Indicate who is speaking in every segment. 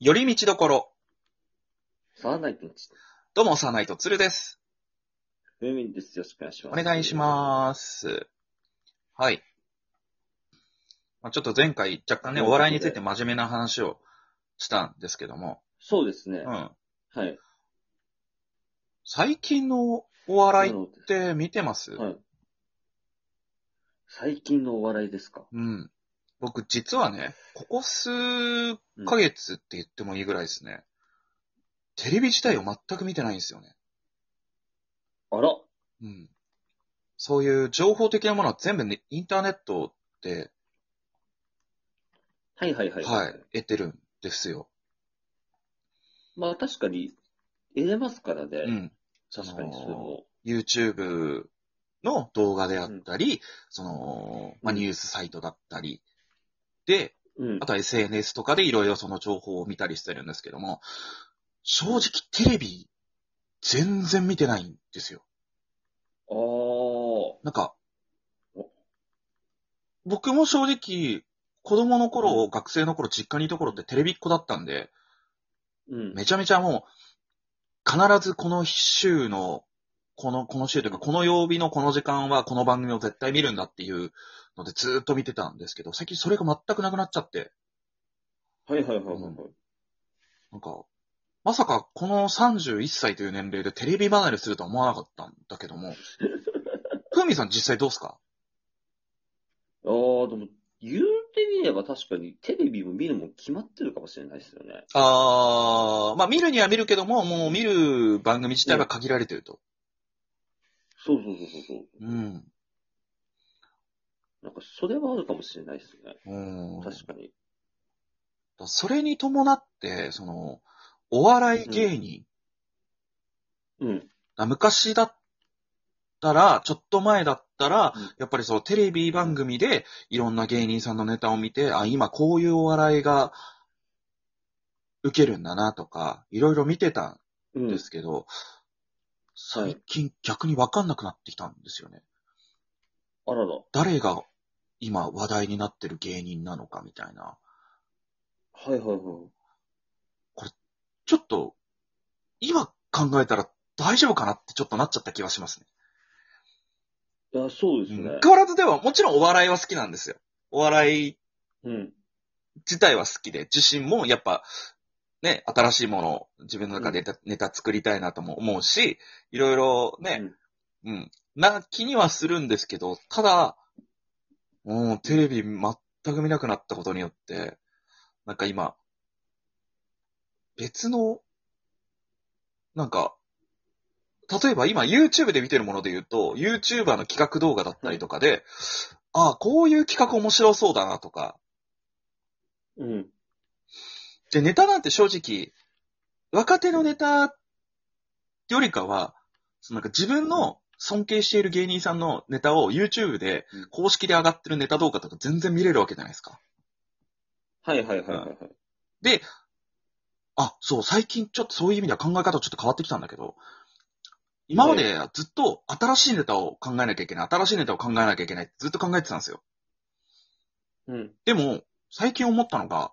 Speaker 1: 寄り道どころ。
Speaker 2: サーナイトのち、
Speaker 1: どうも、サーナイトツルです。
Speaker 2: ふみんです。よろしくお願いし
Speaker 1: お
Speaker 2: ます。
Speaker 1: 願いします。はい。まあ、ちょっと前回若干ね、お笑いについて真面目な話をしたんですけども、
Speaker 2: す。そうですね。
Speaker 1: うん。
Speaker 2: はい。
Speaker 1: 最近のお笑い
Speaker 2: なので
Speaker 1: って見てます、
Speaker 2: はい。最近のお笑いですか
Speaker 1: うん。僕、実はね、ここ数ヶ月って言ってもいいぐらいですね。テレビ自体を全く見てないんですよね。
Speaker 2: あら
Speaker 1: うん。そういう情報的なものは全部ね、インターネットで、
Speaker 2: はいはいはい。
Speaker 1: はい、得てるんですよ。
Speaker 2: まあ確かに、得れますからね。
Speaker 1: うん。
Speaker 2: 確かにそれも。
Speaker 1: YouTube の動画であったり、その、まあ、ニュースサイトだったり、で、
Speaker 2: うん
Speaker 1: あ。とは SNS とかでいろいろその情報を見たりしてるんですけども、正直テレビ全然見てないんですよ。
Speaker 2: あー。
Speaker 1: なんか
Speaker 2: お、
Speaker 1: 僕も正直、子供の頃、
Speaker 2: う
Speaker 1: 学生の頃、実家にいた頃ってテレビっ子だったんで、
Speaker 2: うん。
Speaker 1: めちゃめちゃもう、必ずこの週の、この、この週というか、この曜日のこの時間はこの番組を絶対見るんだっていうのでずーっと見てたんですけど、最近それが全くなくなっちゃって、
Speaker 2: はいはいはいはいはい。
Speaker 1: なんか、まさかこの31歳という年齢でテレビ離れするとは思わなかったんだけど も、ふみさん実際どうすか
Speaker 2: あー、でも、言うてみれば確かにテレビも見るもん決まってるかもしれないですよね。
Speaker 1: あー、まあ見るには見るけども、もう見る番組自体は限られてると。
Speaker 2: そうそうそうそうそう。
Speaker 1: うん。
Speaker 2: なんかそれはあるかもしれないですね。
Speaker 1: うん、
Speaker 2: 確かに。
Speaker 1: それに伴って、その、お笑い芸人、
Speaker 2: うん。
Speaker 1: あ昔だったら、ちょっと前だったら
Speaker 2: うん、
Speaker 1: やっぱりそう、テレビ番組でいろんな芸人さんのネタを見て、あ、今こういうお笑いが受けるんだなとか、いろいろ見てた
Speaker 2: うんん
Speaker 1: で。すけど、最近逆にわかんなくなってきたんですよね。
Speaker 2: あらら。
Speaker 1: 誰が今話題になってる芸人なのかみたいな。
Speaker 2: はいはいはい。
Speaker 1: ちょっと、今考えたら大丈夫かなってちょっとなっちゃった気がしますね。
Speaker 2: いや、そうです
Speaker 1: 変
Speaker 2: ね。
Speaker 1: わらずでは、もちろんお笑いは好きなんですよ。お笑い
Speaker 2: うん。
Speaker 1: 自体は好きで、自身もやっぱ、ね、新しいものを自分の中でネタ,、ネタ作りたいなとも思うし、いろいろね、うん、な気にはするんですけど、ただ、もうテレビ全く見なくなったことによって、なんか今、別の、なんか、例えば今 YouTube で見てるもので言うと、YouTuber の企画動画だったりとかで、ああ、こういう企画面白そうだなとか、
Speaker 2: うん。
Speaker 1: で、ネタなんて正直、若手のネタよりかは、そのなんか自分の尊敬している芸人さんのネタを YouTube で
Speaker 2: うん
Speaker 1: 公式で上がってるネタ動画とか全然見れるわけじゃないですか。
Speaker 2: はいはいはいはいはい。
Speaker 1: あ、そう、最近ちょっとそういう意味では考え方ちょっと変わってきたんだけど、今までずっと新しいネタを考えなきゃいけない、新しいネタを考えなきゃいけないってずっと考えてたんですよ。
Speaker 2: うん。
Speaker 1: でも、最近思ったのが、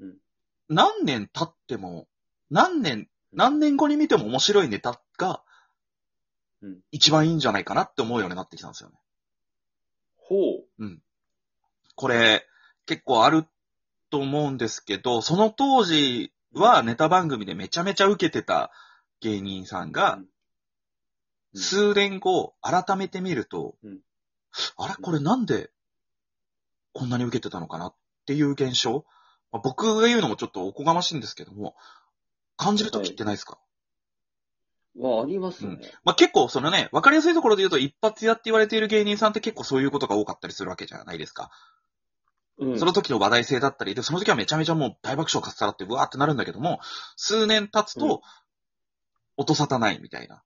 Speaker 2: うん
Speaker 1: 何年経っても、何年、何年後に見ても面白いネタが
Speaker 2: うん、
Speaker 1: 一番いいんじゃないかなって思うようになってきたんですよね。
Speaker 2: ほ
Speaker 1: これ、結構あると思うんですけど、その当時はネタ番組でめちゃめちゃ受けてた芸人さん
Speaker 2: う
Speaker 1: が
Speaker 2: ん、う。
Speaker 1: 数年後、改めて見ると
Speaker 2: うん、
Speaker 1: あれこれなんで、こんなに受けてたのかなっていう現象、まあ僕が言うのもちょっとおこがましいんですけども、感じるときってないですか、
Speaker 2: は、ありますね。
Speaker 1: まあ、結構そのね、わかりやすいところで言うと一発屋って言われている芸人さんって結構そういうことが多かったりするわけじゃないですか。
Speaker 2: うん。
Speaker 1: その時の話題性だったり、で、その時はめちゃめちゃもう大爆笑かっさらってうわーってなるんだけども、数年経つ
Speaker 2: うん
Speaker 1: と、音沙汰ないみたいな。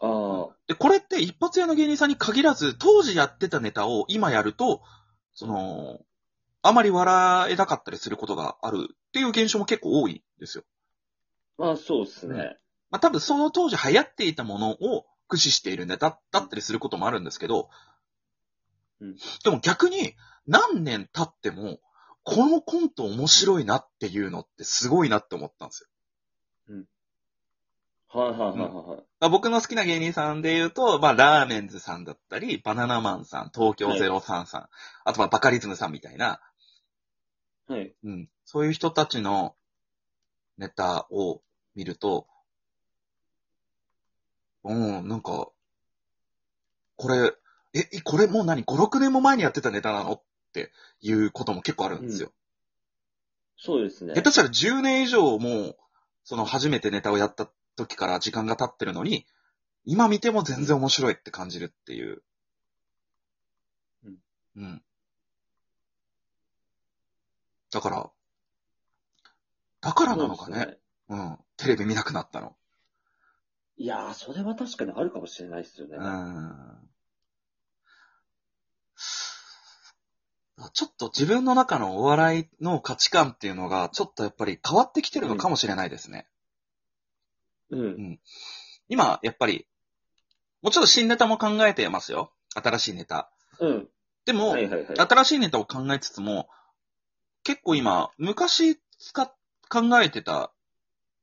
Speaker 2: ああ。
Speaker 1: で、これって一発屋の芸人さんに限らず、当時やってたネタを今やると、その、あまり笑えなかったりすることがあるっていう現象も結構多いんですよ。
Speaker 2: まあ、そうですね。
Speaker 1: まあ多分その当時流行っていたものを駆使しているネタだったりすることもあるんですけど、
Speaker 2: うん
Speaker 1: でも逆に何年経ってもこのコント面白いなっていうのってすごいなって思ったんですよ。
Speaker 2: はいはいはいはいはい。
Speaker 1: まあ、僕の好きな芸人さんで言うと、まあ、ラーメンズさんだったり、バナナマンさん、東京03さん、あとはバカリズムさんみたいな、
Speaker 2: はい。
Speaker 1: うん、そういう人たちのネタを見ると、うん、なんか、これ、え、えこれもう何 ?5、6年も前にやってたネタなのっていうことも結構あるんですよ。
Speaker 2: そうですね
Speaker 1: 下。手したら10年以上もう、その初めてネタをやった時から時間が経ってるのに、今見ても全然面白いって感じるっていう。
Speaker 2: うん。
Speaker 1: うん。だから、だからなのか
Speaker 2: そう
Speaker 1: ね。
Speaker 2: です。
Speaker 1: うん。テレビ見なくなったの。
Speaker 2: いやー、それは確かにあるかもしれないですよね。
Speaker 1: うん。ちょっと自分の中のお笑いの価値観っていうのが、ちょっとやっぱり変わってきてるのかもしれないですね。
Speaker 2: うん。
Speaker 1: 今、やっぱり、もうちょっと新ネタも考えてますよ。新しいネタ。
Speaker 2: うん。
Speaker 1: でも、
Speaker 2: はいはいはい。
Speaker 1: 新しいネタを考えつつも、結構今、昔使っ、考えてた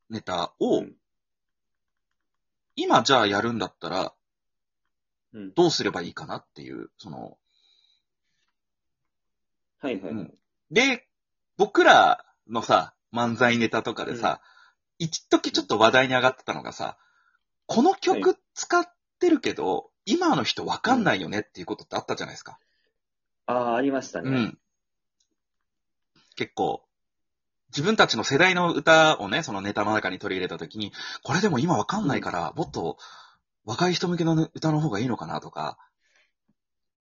Speaker 1: ネタを、
Speaker 2: うん
Speaker 1: 今じゃあやるんだったら、
Speaker 2: うん。
Speaker 1: どうすればいいかなっていう、その、
Speaker 2: はいはい。
Speaker 1: うんで、僕らのさ、漫才ネタとかでさ、一時ちょっと話題に上がってたのがさ、この
Speaker 2: は
Speaker 1: 曲使ってるけど、今の人わかんないよねっていうことってあったじゃないですか。
Speaker 2: ああ、ありましたね。
Speaker 1: うん。結構、自分たちの世代の歌をね、そのネタの中に取り入れたときに、これでも今わかんないから、もっと若い人向けのね歌の方がいいのかなとか、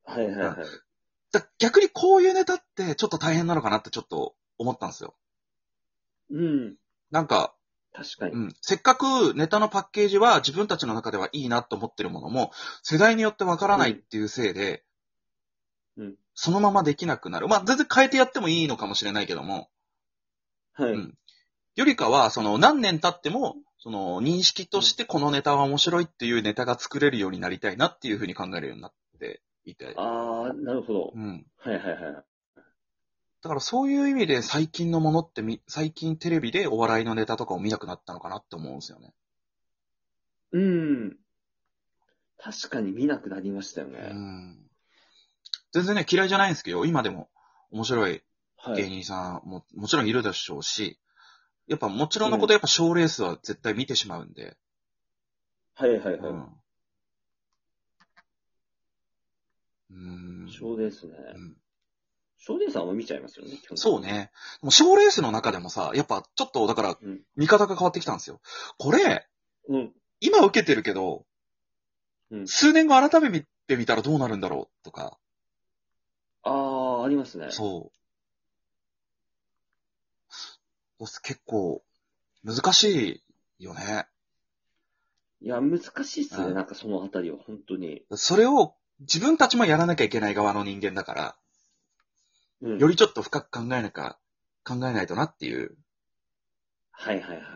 Speaker 2: はいはいはい。
Speaker 1: だ逆にこういうネタってちょっと大変なのかなってちょっと思ったんですよ。
Speaker 2: うん。
Speaker 1: なんか、
Speaker 2: 確かに。
Speaker 1: うん、せっかくネタのパッケージは自分たちの中ではいいなと思ってるものも、世代によってわからないっていうせいで、
Speaker 2: うんうん
Speaker 1: そのままできなくなる。まあ、全然変えてやってもいいのかもしれないけども、
Speaker 2: はい。
Speaker 1: うんよりかは、その何年経っても、その認識としてこのネタは面白いっていうネタが作れるようになりたいなっていうふうに考えるようになっていて。
Speaker 2: ああ、なるほど。
Speaker 1: うん。
Speaker 2: はいはいはい。
Speaker 1: だからそういう意味で最近のものってみ、最近テレビでお笑いのネタとかを見なくなったのかなって思うんですよね。
Speaker 2: うん。確かに見なくなりましたよ
Speaker 1: う
Speaker 2: ね。
Speaker 1: ん。全然ね、嫌いじゃないんですけど、今でも面白い
Speaker 2: は
Speaker 1: 芸
Speaker 2: い。
Speaker 1: 人さんも、もちろんいるでしょうし、やっぱもちろんのことやっぱ賞ーレースは絶対見てしまうんで、
Speaker 2: はいはいは
Speaker 1: う
Speaker 2: い。
Speaker 1: ん。うん。
Speaker 2: そうですね。
Speaker 1: うん
Speaker 2: 翔平さんは見ちゃいますよね。
Speaker 1: そう
Speaker 2: ね。
Speaker 1: ね。でも賞レースの中でもさ、やっぱちょっとだから
Speaker 2: うん、
Speaker 1: 見方が変わってきたんですよ。これ、
Speaker 2: うん。
Speaker 1: 今受けてるけど、
Speaker 2: うん
Speaker 1: 数年後改めて見たらどうなるんだろうとか、
Speaker 2: ああ、ありますね。
Speaker 1: そう。結構、難しいよね。
Speaker 2: いや、難しいっす
Speaker 1: う
Speaker 2: ね。
Speaker 1: ん
Speaker 2: なんかそのあたりは、本当に。
Speaker 1: それを自分たちもやらなきゃいけない側の人間だから、
Speaker 2: うん。
Speaker 1: よりちょっと深く考えなきゃ、考えないとなっていう。
Speaker 2: はいはいはい。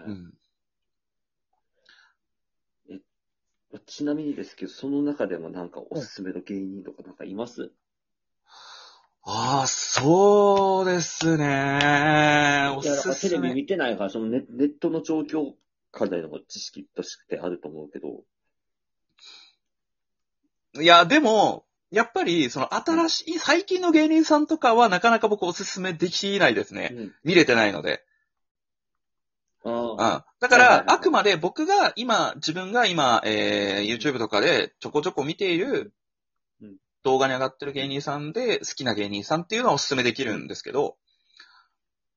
Speaker 1: うん。
Speaker 2: ちなみにですけど、その中でもなんかおすすめの芸人とかなんかいます
Speaker 1: ああ、そうですね。お
Speaker 2: いや、なん
Speaker 1: す
Speaker 2: かテ
Speaker 1: す
Speaker 2: レビ
Speaker 1: め。
Speaker 2: 見てないから、そのネネットの状況課題の知識としてあると思うけど。
Speaker 1: いや、でも、やっぱり、その新しい、最近の芸人さんとかはなかなか僕おすすめできないですね。
Speaker 2: うん。
Speaker 1: 見れてないので。
Speaker 2: あ
Speaker 1: うん。
Speaker 2: あ。
Speaker 1: だか
Speaker 2: はいはいはい
Speaker 1: ら、あくまで僕が今、自分が今、えー、YouTube とかでちょこちょこ見ている
Speaker 2: うん、
Speaker 1: 動画に上がってる芸人さんで、好きな芸人さんっていうのはおすすめできるんですけど、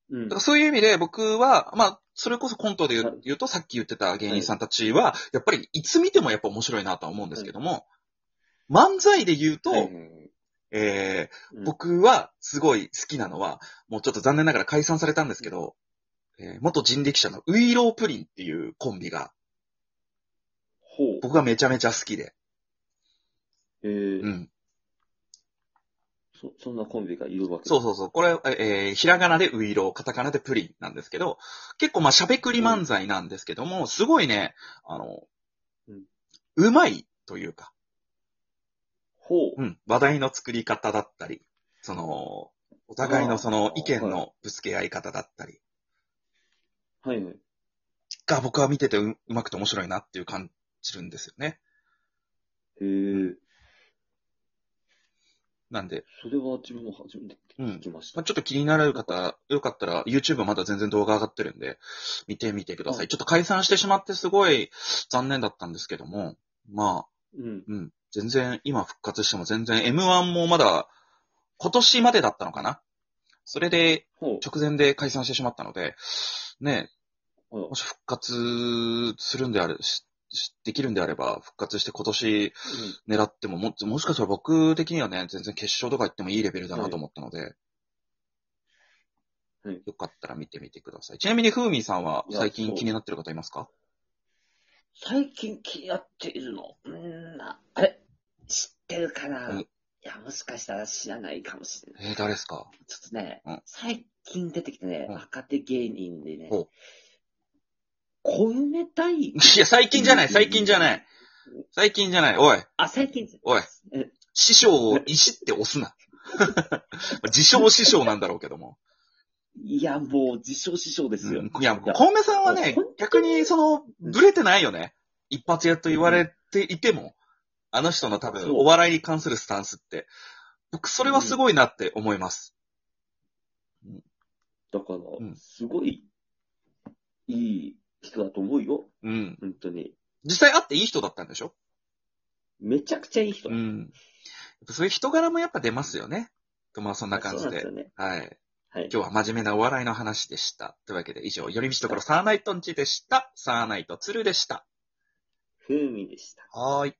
Speaker 2: うん
Speaker 1: だから。そういう意味で僕は、まあ、それこそコントで言
Speaker 2: はいう
Speaker 1: 言うと、さっき言ってた芸人さんたちは、やっぱりいつ見てもやっぱ面白いなとは思うんですけども、漫才で言うと、
Speaker 2: はいはいはい
Speaker 1: えー、
Speaker 2: うん
Speaker 1: 僕はすごい好きなのは、もうちょっと残念ながら解散されたんですけど、えー元人力車のウイロープリンっていうコンビが、
Speaker 2: ほう。
Speaker 1: 僕がめちゃめちゃ好きで。
Speaker 2: えー
Speaker 1: うん。
Speaker 2: そ、そんなコンビがいるわけ
Speaker 1: そうそうそう。これ、えーひらがなでウイロー、カタカナでプリンなんですけど、結構まあ喋くり漫才なんですけども、すごいね、あの
Speaker 2: うん、
Speaker 1: うまいというか、
Speaker 2: ほう。
Speaker 1: うん、話題の作り方だったり、その、お互いのその意見
Speaker 2: は
Speaker 1: のぶつけ合い方だったり
Speaker 2: はいはい。
Speaker 1: が僕は見ててううまくて面白いなっていう感じるんですよね。
Speaker 2: へえ、
Speaker 1: なんで、
Speaker 2: それは自分も初めて聞きました。
Speaker 1: まあ、ちょっと気になる方、よかったら YouTube まだ全然動画上がってるんで、見てみてください。
Speaker 2: はい
Speaker 1: ちょっと解散してしまってすごい残念だったんですけども、まあ、
Speaker 2: うん。
Speaker 1: うん、全然今復活しても全然 M1 もまだ今年までだったのかなそれで
Speaker 2: ほう。
Speaker 1: 直前で解散してしまったので、ね、
Speaker 2: ほ
Speaker 1: もし復活するんであれ、ししできるんであれば、復活して今年狙っても、も、もしかしたら僕的にはね、全然決勝とか行ってもいいレベルだなと思ったので、
Speaker 2: はい
Speaker 1: よかったら見てみてください。ちなみに、ふうみんさんはい
Speaker 2: や
Speaker 1: 最
Speaker 2: そ
Speaker 1: 近
Speaker 2: う
Speaker 1: 気になってる方いますか
Speaker 2: 最近気になっているの。うーんな、あれ知ってるかな、
Speaker 1: うん
Speaker 2: いや、もしかしたら知らないかもしれない。
Speaker 1: えー、誰ですか
Speaker 2: ちょっとね、
Speaker 1: うん
Speaker 2: 最近出てきてね、
Speaker 1: うん
Speaker 2: 若手芸人でね
Speaker 1: ほう、
Speaker 2: 小梅太一。
Speaker 1: いや、最近じゃない、最近じゃない。最近じゃない、おい、
Speaker 2: あ、最近。
Speaker 1: おい
Speaker 2: え。
Speaker 1: 師匠をいじって押す な。自称師匠なんだろうけども。
Speaker 2: いや、もう、自称師匠ですよ。
Speaker 1: うんいや、コウメさんはね
Speaker 2: ほんと、
Speaker 1: 逆にその、ブレてないよね。一発屋と言われていても、あの人の多分、
Speaker 2: そう
Speaker 1: お笑いに関するスタンスって、僕、それはすごいなって思います。
Speaker 2: だから
Speaker 1: ん、
Speaker 2: すごい、いい人だと思うよ。
Speaker 1: うん。
Speaker 2: 本当に。
Speaker 1: 実際会っていい人だったんでしょ
Speaker 2: めちゃくちゃいい人。
Speaker 1: うん。やっぱそういう人柄もやっぱ出ますよね。とまあそんな感
Speaker 2: そ
Speaker 1: じ
Speaker 2: うなんで。
Speaker 1: です
Speaker 2: よね。
Speaker 1: はい。
Speaker 2: はい。
Speaker 1: 今日は真面目なお笑いの話でした。というわけで以上、寄り道ところサーナイトンチでした。サーナイトツルでした。
Speaker 2: 風味でした。
Speaker 1: はーい。